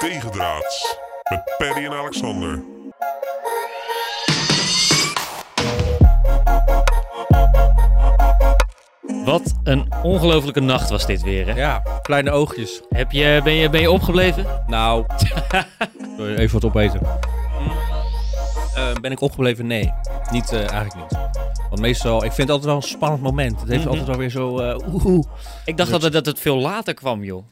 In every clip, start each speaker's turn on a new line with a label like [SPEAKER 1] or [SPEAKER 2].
[SPEAKER 1] Tegendraads met Perry en Alexander.
[SPEAKER 2] Wat een ongelofelijke nacht was dit weer. Hè?
[SPEAKER 3] Ja, kleine oogjes.
[SPEAKER 2] Heb je, ben, je, ben je opgebleven?
[SPEAKER 3] Nou, Sorry, even wat opeten. Eh, ben ik opgebleven? Nee, niet, eh, eigenlijk niet. Want meestal, ik vind het altijd wel een spannend moment. Het heeft
[SPEAKER 2] Mhm.
[SPEAKER 3] altijd wel weer zo, eh, oeh, oeh.
[SPEAKER 2] Ik dacht altijd dat het veel later kwam, joh.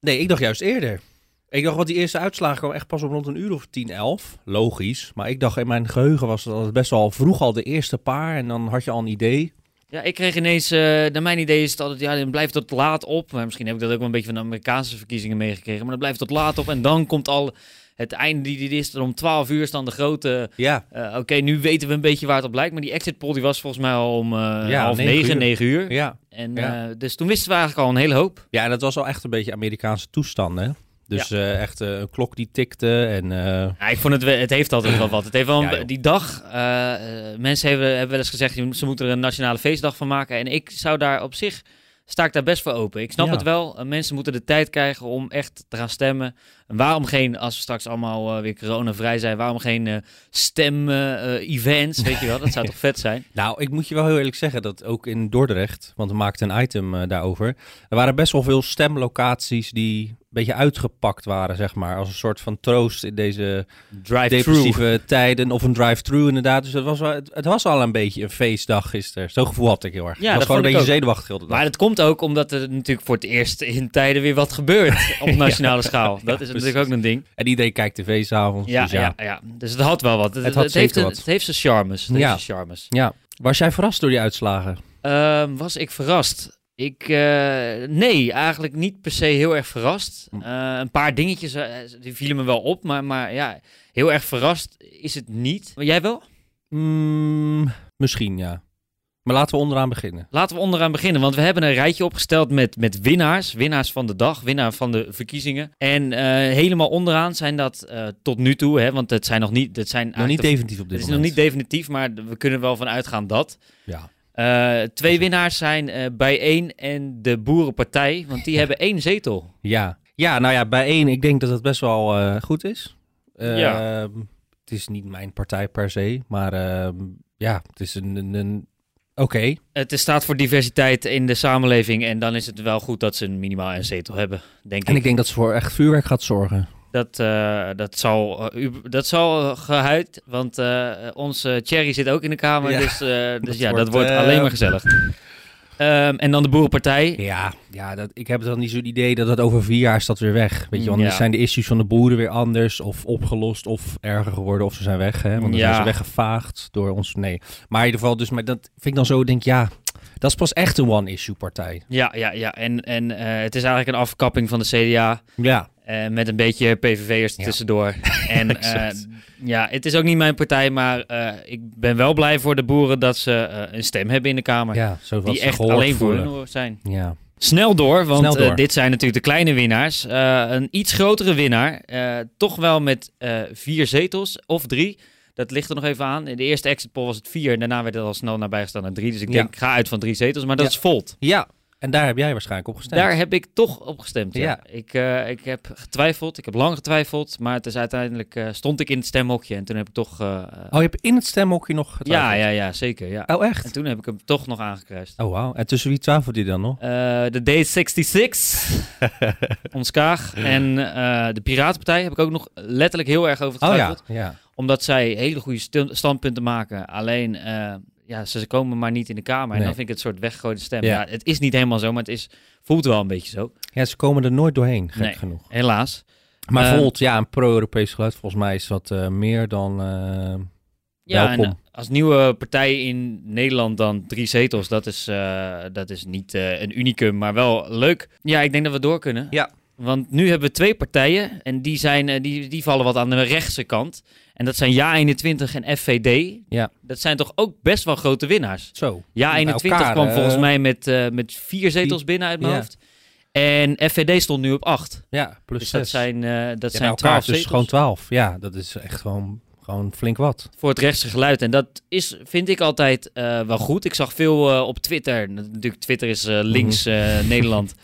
[SPEAKER 3] Nee, ik dacht juist eerder. Ik dacht, wat die eerste uitslagen kwamen echt pas om rond een uur of tien, elf. Logisch. Maar ik dacht, in mijn geheugen was dat het best wel vroeg al de eerste paar. En dan had je al een idee.
[SPEAKER 2] Ja, ik kreeg ineens, eh, naar mijn idee is het altijd, ja, dan blijft tot laat op. Maar misschien heb ik dat ook wel een beetje van de Amerikaanse verkiezingen meegekregen. Maar dat blijft tot laat op en dan komt al het einde, die, die is er om 12 uur is dan de grote...
[SPEAKER 3] Ja,
[SPEAKER 2] eh, Oké, nu weten we een beetje waar het op lijkt. Maar die exit poll die was volgens mij al om eh,
[SPEAKER 3] Ja,
[SPEAKER 2] half
[SPEAKER 3] negen
[SPEAKER 2] negen,
[SPEAKER 3] uur.
[SPEAKER 2] negen uur.
[SPEAKER 3] ja.
[SPEAKER 2] En,
[SPEAKER 3] Ja.
[SPEAKER 2] eh, dus toen wisten we eigenlijk al een hele hoop.
[SPEAKER 3] Ja, en dat was al echt een beetje Amerikaanse toestanden. hè? Dus eh, echt eh, een klok die tikte en... eh,
[SPEAKER 2] Ja, ik vond het, we- het heeft altijd wel wat. Het heeft wel een-
[SPEAKER 3] Ja, joh.
[SPEAKER 2] die dag, eh, eh, mensen hebben, hebben wel eens gezegd, je- ze moeten er een nationale feestdag van maken. En ik zou daar op zich, sta ik daar best voor open. Ik snap
[SPEAKER 3] Ja.
[SPEAKER 2] het wel, eh, mensen moeten de tijd krijgen om echt te gaan stemmen. En waarom geen, als we straks allemaal eh, weer coronavrij zijn, waarom geen eh stem-events, weet je wel? Dat zou toch vet zijn?
[SPEAKER 3] Nou, ik moet je wel heel eerlijk zeggen dat ook in Dordrecht, want we maakten een item eh, daarover, er waren best wel veel stemlocaties die een beetje uitgepakt waren, zeg maar, als een soort van troost in deze
[SPEAKER 2] Drive-through.
[SPEAKER 3] depressieve tijden of een drive-thru inderdaad. Dus het was, wel, het, het was al een beetje een feestdag gisteren. Zo'n gevoel had ik heel erg.
[SPEAKER 2] Ja,
[SPEAKER 3] Ja,
[SPEAKER 2] dat
[SPEAKER 3] was gewoon
[SPEAKER 2] vond
[SPEAKER 3] een
[SPEAKER 2] ik
[SPEAKER 3] beetje zenuwachtig heel de dag.
[SPEAKER 2] Maar dat komt ook omdat er natuurlijk voor het eerst in tijden weer wat gebeurt op nationale schaal. Dat is natuurlijk ook een ding.
[SPEAKER 3] En iedereen kijkt tv s'avonds.
[SPEAKER 2] Ja,
[SPEAKER 3] dus
[SPEAKER 2] ja.
[SPEAKER 3] ja.
[SPEAKER 2] Ja, dus het had wel wat. Het,
[SPEAKER 3] Het had
[SPEAKER 2] het heeft,
[SPEAKER 3] zeker
[SPEAKER 2] een-
[SPEAKER 3] wat.
[SPEAKER 2] het heeft zijn charmes. Het
[SPEAKER 3] Ja.
[SPEAKER 2] heeft zijn charmes.
[SPEAKER 3] Ja. Was jij verrast door die uitslagen?
[SPEAKER 2] Ehm, was ik verrast? Ik, eh, nee, eigenlijk niet per se heel erg verrast.
[SPEAKER 3] Hm.
[SPEAKER 2] Eh, een paar dingetjes eh, die vielen me wel op, maar, maar ja, heel erg verrast is het niet. Maar jij wel?
[SPEAKER 3] Mm, misschien, ja. Maar laten we onderaan beginnen.
[SPEAKER 2] Laten we onderaan beginnen, want we hebben een rijtje opgesteld met, met winnaars. Winnaars van de dag, winnaar van de verkiezingen. En eh, helemaal onderaan zijn dat eh, tot nu toe, hè, want het zijn nog niet... Het zijn
[SPEAKER 3] Nog niet
[SPEAKER 2] eigenlijk de-
[SPEAKER 3] definitief op dit
[SPEAKER 2] het is nog
[SPEAKER 3] moment.
[SPEAKER 2] niet definitief, maar we kunnen er wel van uitgaan dat.
[SPEAKER 3] ja.
[SPEAKER 2] Eh, twee winnaars zijn eh Bijeen en de Boerenpartij, want die hebben één zetel.
[SPEAKER 3] Ja. ja, nou ja, bij één, ik denk dat het best wel eh, goed is. Eh,
[SPEAKER 2] Ja.
[SPEAKER 3] Het is niet mijn partij per se, maar ehm, ja, het is een... een, een- Oké,
[SPEAKER 2] Het staat voor diversiteit in de samenleving en dan is het wel goed dat ze een minimaal een zetel hebben, denk
[SPEAKER 3] en
[SPEAKER 2] ik.
[SPEAKER 3] ik denk dat ze voor echt vuurwerk gaat zorgen.
[SPEAKER 2] Dat, eh, dat zal, eh, u- dat zal eh, gehuid, want eh, onze Thierry zit ook in de kamer,
[SPEAKER 3] Ja,
[SPEAKER 2] dus, eh, dus
[SPEAKER 3] dat
[SPEAKER 2] ja, dat
[SPEAKER 3] wordt,
[SPEAKER 2] wordt
[SPEAKER 3] eh,
[SPEAKER 2] alleen maar gezellig. Ehm, en dan de Boerenpartij.
[SPEAKER 3] Ja, ja dat, ik heb dan niet zo'n idee dat het over vier jaar is dat weer weg. Weet je, want
[SPEAKER 2] Ja.
[SPEAKER 3] dan zijn de issues van de boeren weer anders of opgelost of erger geworden of ze zijn weg. Hè? Want dan
[SPEAKER 2] Ja.
[SPEAKER 3] zijn ze weggevaagd door ons. Nee, maar in ieder geval dus, maar dat vind ik dan zo, denk ik, ja, dat is pas echt een one-issue partij.
[SPEAKER 2] Ja, ja, ja. En, en eh, het is eigenlijk een afkapping van de CDA.
[SPEAKER 3] Ja,
[SPEAKER 2] Eh, met een beetje PVV'ers
[SPEAKER 3] Ja.
[SPEAKER 2] tussendoor. En eh,
[SPEAKER 3] Exact.
[SPEAKER 2] ja, het is ook niet mijn partij, maar eh, ik ben wel blij voor de boeren dat ze eh, een stem hebben in de Kamer.
[SPEAKER 3] ja zo wat
[SPEAKER 2] die
[SPEAKER 3] ze
[SPEAKER 2] echt
[SPEAKER 3] gehoord
[SPEAKER 2] alleen voor
[SPEAKER 3] voelen.
[SPEAKER 2] hun zijn.
[SPEAKER 3] Ja.
[SPEAKER 2] Snel door, want
[SPEAKER 3] Snel
[SPEAKER 2] eh,
[SPEAKER 3] door.
[SPEAKER 2] dit zijn natuurlijk de kleine winnaars. Eh, een iets grotere winnaar, eh, toch wel met eh, vier zetels of drie. Dat ligt er nog even aan. In de eerste exit poll was het vier en daarna werd het al snel nabijgestaan aan drie. Dus ik
[SPEAKER 3] Ja.
[SPEAKER 2] denk, ik ga uit van drie zetels, maar dat
[SPEAKER 3] Ja.
[SPEAKER 2] is Volt.
[SPEAKER 3] Ja, en daar heb jij waarschijnlijk op gestemd.
[SPEAKER 2] Daar heb ik toch op gestemd. Ja.
[SPEAKER 3] Ja.
[SPEAKER 2] Ik, eh, ik heb getwijfeld, ik heb lang getwijfeld, maar het is uiteindelijk eh, stond ik in het stemhokje en toen heb ik toch. eh,
[SPEAKER 3] Oh, je hebt in het stemhokje nog
[SPEAKER 2] ja,
[SPEAKER 3] getwijfeld?
[SPEAKER 2] ja, ja, zeker. Ja.
[SPEAKER 3] Oh,
[SPEAKER 2] En
[SPEAKER 3] echt?
[SPEAKER 2] toen heb ik hem toch nog aangekruist.
[SPEAKER 3] Oh, wauw. En tussen wie twijfelt je dan nog?
[SPEAKER 2] Eh, De D66, ons Kaag en eh, de Piratenpartij heb ik ook nog letterlijk heel erg over
[SPEAKER 3] Oh ja,
[SPEAKER 2] getwijfeld.
[SPEAKER 3] ja.
[SPEAKER 2] Omdat zij hele goede stu- standpunten maken. Alleen, eh, ja, ze ze komen maar niet in de Kamer. En
[SPEAKER 3] Nee.
[SPEAKER 2] dan vind ik het een soort weggegooide stem.
[SPEAKER 3] Ja.
[SPEAKER 2] Ja. het is niet helemaal zo, maar het is, voelt wel een beetje zo.
[SPEAKER 3] Ja, ze komen er nooit doorheen, gek
[SPEAKER 2] Nee.
[SPEAKER 3] genoeg.
[SPEAKER 2] Helaas.
[SPEAKER 3] Maar
[SPEAKER 2] Eh,
[SPEAKER 3] Volt, ja, een pro-Europees geluid volgens mij is dat eh, meer dan... eh,
[SPEAKER 2] Ja,
[SPEAKER 3] Welkom.
[SPEAKER 2] en als nieuwe partij in Nederland dan drie zetels, dat is, eh, dat is niet eh, een unicum, maar wel leuk. Ja, ik denk dat we door kunnen.
[SPEAKER 3] Ja.
[SPEAKER 2] Want nu hebben we twee partijen en die, zijn, eh, die, die vallen wat aan de rechtse kant. En dat zijn Ja21 en FVD.
[SPEAKER 3] Ja.
[SPEAKER 2] Dat zijn toch ook best wel grote winnaars.
[SPEAKER 3] Zo.
[SPEAKER 2] Ja21
[SPEAKER 3] Bij elkaar,
[SPEAKER 2] kwam
[SPEAKER 3] eh,
[SPEAKER 2] volgens mij met, eh, met vier zetels binnen uit mijn
[SPEAKER 3] ja.
[SPEAKER 2] hoofd. En FVD stond nu op acht.
[SPEAKER 3] Ja, plus
[SPEAKER 2] Dus
[SPEAKER 3] zes.
[SPEAKER 2] dat zijn, eh dat
[SPEAKER 3] Ja, bij
[SPEAKER 2] zijn
[SPEAKER 3] elkaar
[SPEAKER 2] twaalf
[SPEAKER 3] dus
[SPEAKER 2] zetels.
[SPEAKER 3] gewoon twaalf. Ja, dat is echt gewoon, gewoon flink wat.
[SPEAKER 2] voor het rechtse geluid. En dat is, vind ik altijd eh, wel goed. Ik zag veel eh, op Twitter. Natuurlijk, Twitter is eh, links eh, Nederland.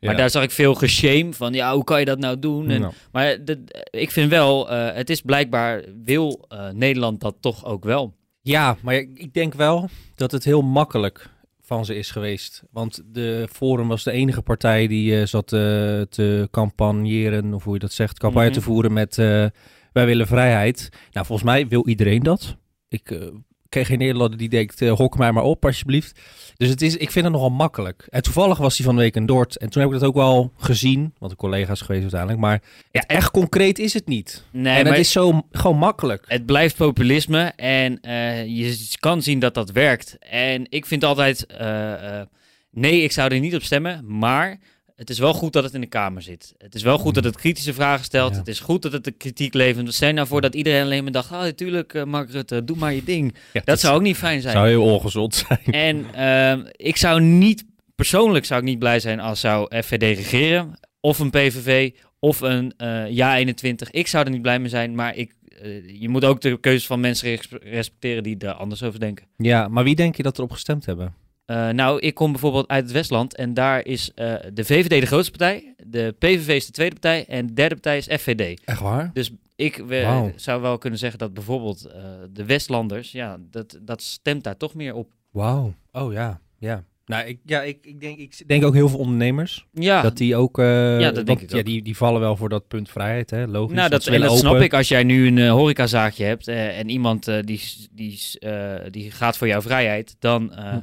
[SPEAKER 2] Maar daar zag ik veel geshame van, ja, hoe kan je dat nou doen? En,
[SPEAKER 3] Nou.
[SPEAKER 2] Maar de- ik vind wel, eh, het is blijkbaar, wil eh, Nederland dat toch ook wel.
[SPEAKER 3] Ja, maar ik ik denk wel dat het heel makkelijk van ze is geweest. Want de Forum was de enige partij die eh, zat eh, te campagneren, of hoe je dat zegt, campagne
[SPEAKER 2] Mhm.
[SPEAKER 3] te voeren met eh, wij willen vrijheid. Nou, volgens mij wil iedereen dat. Ik eh, ken geen Nederlander die denkt, eh, hok mij maar op alsjeblieft. Dus het is, ik vind het nogal makkelijk. En toevallig was die van de week in Dort. En toen heb ik dat ook wel gezien, want een collega is geweest uiteindelijk. Maar ja, echt concreet is het niet.
[SPEAKER 2] Nee,
[SPEAKER 3] en
[SPEAKER 2] maar
[SPEAKER 3] het is zo m- gewoon makkelijk.
[SPEAKER 2] het blijft populisme en eh, je kan zien dat dat werkt. En ik vind altijd, eh, eh, nee, ik zou er niet op stemmen, maar het is wel goed dat het in de Kamer zit. Het is wel goed dat het kritische vragen stelt.
[SPEAKER 3] Ja.
[SPEAKER 2] Het is goed dat het de kritiek levert. We zijn nou voor dat iedereen alleen maar dacht, ah, natuurlijk, eh, Mark Rutte, doe maar je ding.
[SPEAKER 3] Ja,
[SPEAKER 2] Dat zou ook niet fijn zijn.
[SPEAKER 3] zou heel ongezond zijn.
[SPEAKER 2] En ehm, ik zou niet, persoonlijk zou ik niet blij zijn als zou FVD regeren. Of een PVV, of een eh, JA21. Ik zou er niet blij mee zijn, maar ik, eh, je moet ook de keuzes van mensen res- respecteren die daar anders over denken.
[SPEAKER 3] Ja, maar wie denk je dat erop gestemd hebben?
[SPEAKER 2] Eh, nou, ik kom bijvoorbeeld uit het Westland en daar is eh, de VVD de grootste partij, de PVV is de tweede partij en de derde partij is FVD.
[SPEAKER 3] Echt waar?
[SPEAKER 2] Dus ik we-
[SPEAKER 3] Wauw.
[SPEAKER 2] zou wel kunnen zeggen dat bijvoorbeeld eh, de Westlanders, ja, dat, dat stemt daar toch meer op.
[SPEAKER 3] Wauw. Oh ja, ja. Nou, ik, ja, ik, ik, denk, ik denk ook heel veel ondernemers.
[SPEAKER 2] Ja,
[SPEAKER 3] dat die ook... eh,
[SPEAKER 2] Ja, dat denk
[SPEAKER 3] want,
[SPEAKER 2] ik
[SPEAKER 3] Ja,
[SPEAKER 2] ook.
[SPEAKER 3] die, die vallen wel voor dat punt vrijheid, hè? Logisch.
[SPEAKER 2] Nou, dat,
[SPEAKER 3] ze
[SPEAKER 2] en
[SPEAKER 3] willen
[SPEAKER 2] dat snap
[SPEAKER 3] open.
[SPEAKER 2] ik. Als jij nu een eh, horecazaakje hebt eh, en iemand eh, die, s- die, s- eh, die gaat voor jouw vrijheid, dan, eh,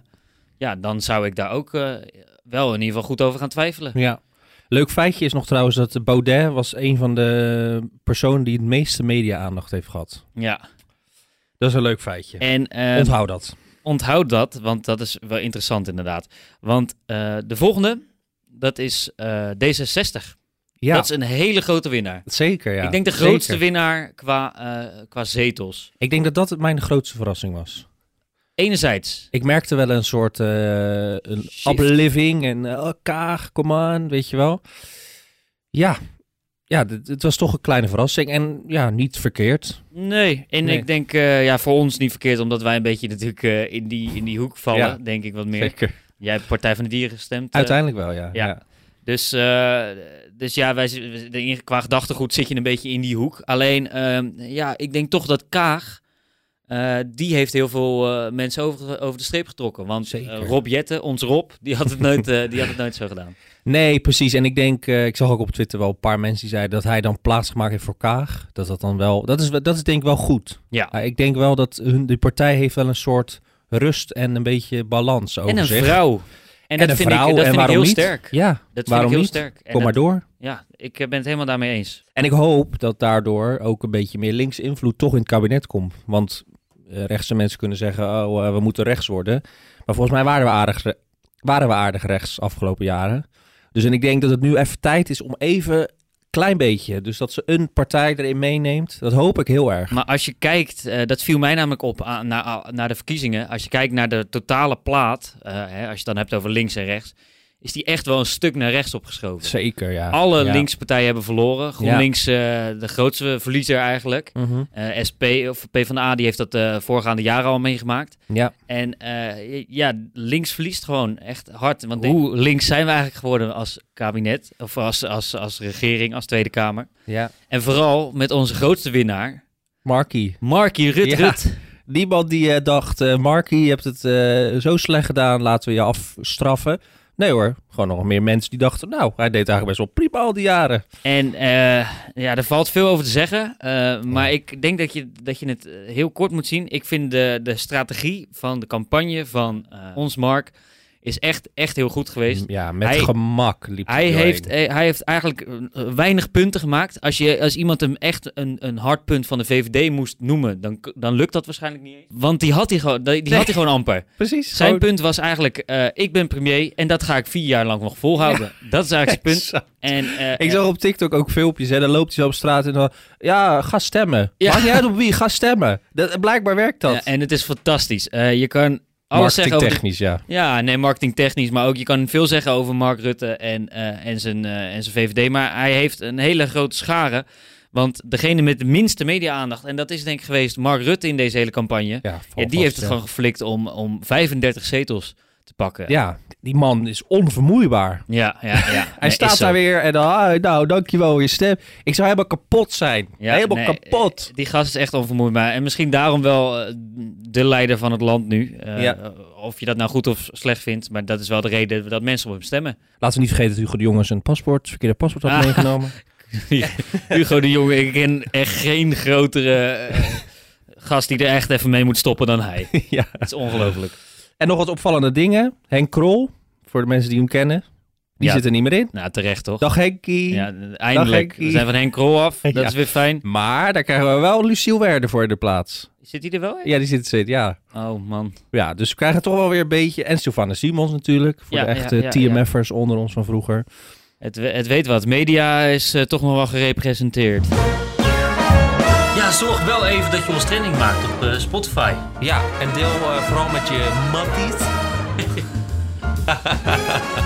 [SPEAKER 2] ja, dan zou ik daar ook eh, wel in ieder geval goed over gaan twijfelen.
[SPEAKER 3] Ja. Leuk feitje is nog trouwens dat Baudet was een van de personen die het meeste media-aandacht heeft gehad.
[SPEAKER 2] Ja.
[SPEAKER 3] Dat is een leuk feitje.
[SPEAKER 2] En eh,
[SPEAKER 3] Onthoud dat.
[SPEAKER 2] onthoud dat, want dat is wel interessant inderdaad. Want eh, de volgende, dat is eh, D66.
[SPEAKER 3] Ja,
[SPEAKER 2] Dat is een hele grote winnaar.
[SPEAKER 3] zeker. Ja.
[SPEAKER 2] ik denk de grootste
[SPEAKER 3] Zeker.
[SPEAKER 2] winnaar qua, eh, qua zetels.
[SPEAKER 3] Ik denk dat dat mijn grootste verrassing was.
[SPEAKER 2] Enerzijds.
[SPEAKER 3] Ik merkte wel een soort eh een
[SPEAKER 2] Shift.
[SPEAKER 3] upliving en eh, oh, kaag, kom aan, weet je wel. Ja, ja dit- het was toch een kleine verrassing en ja, niet verkeerd.
[SPEAKER 2] Nee, en
[SPEAKER 3] Nee.
[SPEAKER 2] ik denk eh, ja, voor ons niet verkeerd, omdat wij een beetje natuurlijk eh, in, die, in die hoek vallen,
[SPEAKER 3] Ja.
[SPEAKER 2] denk ik wat meer.
[SPEAKER 3] Zeker.
[SPEAKER 2] Jij hebt Partij van de Dieren gestemd. eh,
[SPEAKER 3] Uiteindelijk wel, ja.
[SPEAKER 2] ja.
[SPEAKER 3] ja.
[SPEAKER 2] dus, eh, dus ja, wij, zi- we- de- qua gedachtegoed zit je een beetje in die hoek. Alleen, ehm, ja, ik denk toch dat Kaag, eh, die heeft heel veel eh, mensen over, over de streep getrokken. Want eh,
[SPEAKER 3] Zeker.
[SPEAKER 2] Rob Jette, ons Rob, die had het nooit, eh, die had het nooit zo gedaan.
[SPEAKER 3] Nee, precies. En ik denk, eh, ik zag ook op Twitter wel een paar mensen die zeiden dat hij dan plaats gemaakt heeft voor Kaag. Dat dat dan wel, dat is, wel- dat is denk ik wel goed.
[SPEAKER 2] Ja.
[SPEAKER 3] Ah, ik denk wel dat hun, de partij heeft wel een soort rust en een beetje balans over
[SPEAKER 2] En een
[SPEAKER 3] zich.
[SPEAKER 2] vrouw. En,
[SPEAKER 3] En
[SPEAKER 2] dat
[SPEAKER 3] een
[SPEAKER 2] vind
[SPEAKER 3] vrouw,
[SPEAKER 2] ik, dat
[SPEAKER 3] en
[SPEAKER 2] vind ik
[SPEAKER 3] waarom
[SPEAKER 2] heel
[SPEAKER 3] niet?
[SPEAKER 2] sterk.
[SPEAKER 3] Ja, kom
[SPEAKER 2] Dat vind ik
[SPEAKER 3] waarom
[SPEAKER 2] heel
[SPEAKER 3] niet?
[SPEAKER 2] sterk. En
[SPEAKER 3] maar
[SPEAKER 2] dat-
[SPEAKER 3] door.
[SPEAKER 2] Ja, ik eh, ben het helemaal daarmee eens.
[SPEAKER 3] En ik hoop dat daardoor ook een beetje meer linkse invloed toch in het kabinet komt. Want eh, rechtse mensen kunnen zeggen, oh, eh, we moeten rechts worden. Maar volgens mij waren we aardig, re- waren we aardig rechts afgelopen jaren. Dus en ik denk dat het nu even tijd is om even klein beetje. Dus dat ze een partij erin meeneemt. Dat hoop ik heel erg.
[SPEAKER 2] Maar als je kijkt, eh, dat viel mij namelijk op aan- na- a- naar de verkiezingen. Als je kijkt naar de totale plaat, eh, hè, als je het dan hebt over links en rechts, is die echt wel een stuk naar rechts opgeschoven.
[SPEAKER 3] Zeker, ja.
[SPEAKER 2] Alle
[SPEAKER 3] Ja.
[SPEAKER 2] linkspartijen hebben verloren. GroenLinks, eh, de grootste verliezer eigenlijk.
[SPEAKER 3] Mhm.
[SPEAKER 2] Eh, SP of PvdA, die heeft dat de voorgaande jaren al meegemaakt.
[SPEAKER 3] Ja.
[SPEAKER 2] En eh, ja, links verliest gewoon echt hard. Want hoe links zijn we eigenlijk geworden als kabinet, of als, als, als regering, als Tweede Kamer?
[SPEAKER 3] ja.
[SPEAKER 2] En vooral met onze grootste winnaar,
[SPEAKER 3] Markie.
[SPEAKER 2] Markie Rut
[SPEAKER 3] Ja.
[SPEAKER 2] Rut.
[SPEAKER 3] Niemand die eh, dacht, eh Markie, je hebt het eh, zo slecht gedaan, laten we je afstraffen. Nee hoor, gewoon nog meer mensen die dachten, nou, hij deed eigenlijk best wel prima al die jaren.
[SPEAKER 2] En eh, ja, er valt veel over te zeggen. eh, maar ik denk dat je, dat je het eh, heel kort moet zien. Ik vind de, de strategie van de campagne van eh, ons Mark is echt, echt heel goed geweest.
[SPEAKER 3] Mm, Ja, met
[SPEAKER 2] Hij-
[SPEAKER 3] gemak liep hij
[SPEAKER 2] Hij
[SPEAKER 3] doorheen.
[SPEAKER 2] heeft, eh, hij heeft eigenlijk eh, weinig punten gemaakt. Als, je, als iemand hem echt een, een hard punt van de VVD moest noemen, dan, k- dan lukt dat waarschijnlijk niet. eens. Want die had hij gewoon, die, die had hij gewoon amper.
[SPEAKER 3] Precies.
[SPEAKER 2] Zijn punt was eigenlijk, eh, ik ben premier en dat ga ik vier jaar lang nog volhouden. Dat is eigenlijk zijn punt. En, eh,
[SPEAKER 3] Ik zag op TikTok ook filmpjes en dan loopt hij zo op straat en dan... Ja, ga stemmen.
[SPEAKER 2] Ja.
[SPEAKER 3] Maakt niet uit op wie, ga stemmen. Dat, blijkbaar werkt dat.
[SPEAKER 2] Ja, en het is fantastisch. Eh, je kan alles zeggen over...
[SPEAKER 3] Marketingtechnisch, ja.
[SPEAKER 2] de- Ja, nee, marketingtechnisch. Maar ook je kan veel zeggen over Mark Rutte en, eh, en, zijn, eh, en zijn VVD. Maar hij heeft een hele grote schare. Want degene met de minste media-aandacht... en dat is denk ik geweest Mark Rutte in deze hele campagne...
[SPEAKER 3] Ja,
[SPEAKER 2] Ja, die heeft het gewoon geflikt om, om 35 zetels te pakken.
[SPEAKER 3] Ja, Die man is onvermoeibaar.
[SPEAKER 2] Ja, ja, ja. Hij
[SPEAKER 3] Hij staat daar weer en dan, ah, nou, dankjewel voor je stem. Ik zou helemaal kapot zijn. helemaal kapot.
[SPEAKER 2] eh, Die gast is echt onvermoeibaar. En misschien daarom wel eh, de leider van het land nu. Eh,
[SPEAKER 3] Ja.
[SPEAKER 2] Of je dat nou goed of slecht vindt, maar dat is wel de reden dat mensen op hem stemmen.
[SPEAKER 3] Laten we niet vergeten dat Hugo de Jonge zijn paspoort, verkeerde paspoort had
[SPEAKER 2] Ah.
[SPEAKER 3] meegenomen.
[SPEAKER 2] Hugo de Jonge, ik ken echt geen grotere eh, gast die er echt even mee moet stoppen dan hij.
[SPEAKER 3] ja.
[SPEAKER 2] Het is ongelooflijk.
[SPEAKER 3] En nog wat opvallende dingen. Henk Krol, voor de mensen die hem kennen, die
[SPEAKER 2] Ja.
[SPEAKER 3] zit er niet meer in.
[SPEAKER 2] Nou, terecht toch?
[SPEAKER 3] Dag Henkie.
[SPEAKER 2] Ja, eindelijk.
[SPEAKER 3] Henkie.
[SPEAKER 2] We zijn van Henk Krol af. Dat
[SPEAKER 3] Ja.
[SPEAKER 2] is weer fijn.
[SPEAKER 3] Maar daar krijgen we wel Luciel Werder voor in de plaats.
[SPEAKER 2] Zit hij er wel in?
[SPEAKER 3] Ja, die zit er zit, ja.
[SPEAKER 2] Oh man.
[SPEAKER 3] Ja, dus we krijgen toch wel weer een beetje... En Sylvana Simons natuurlijk, voor
[SPEAKER 2] Ja,
[SPEAKER 3] de
[SPEAKER 2] ja,
[SPEAKER 3] echte
[SPEAKER 2] ja, ja.
[SPEAKER 3] TMF'ers onder ons van vroeger.
[SPEAKER 2] Het, we- het weet wat. Media is eh, toch nog wel gerepresenteerd. Ja, zorg wel even dat je ons trending maakt op eh, Spotify. eh,
[SPEAKER 3] Ja, en deel vooral met je matties.
[SPEAKER 2] eh.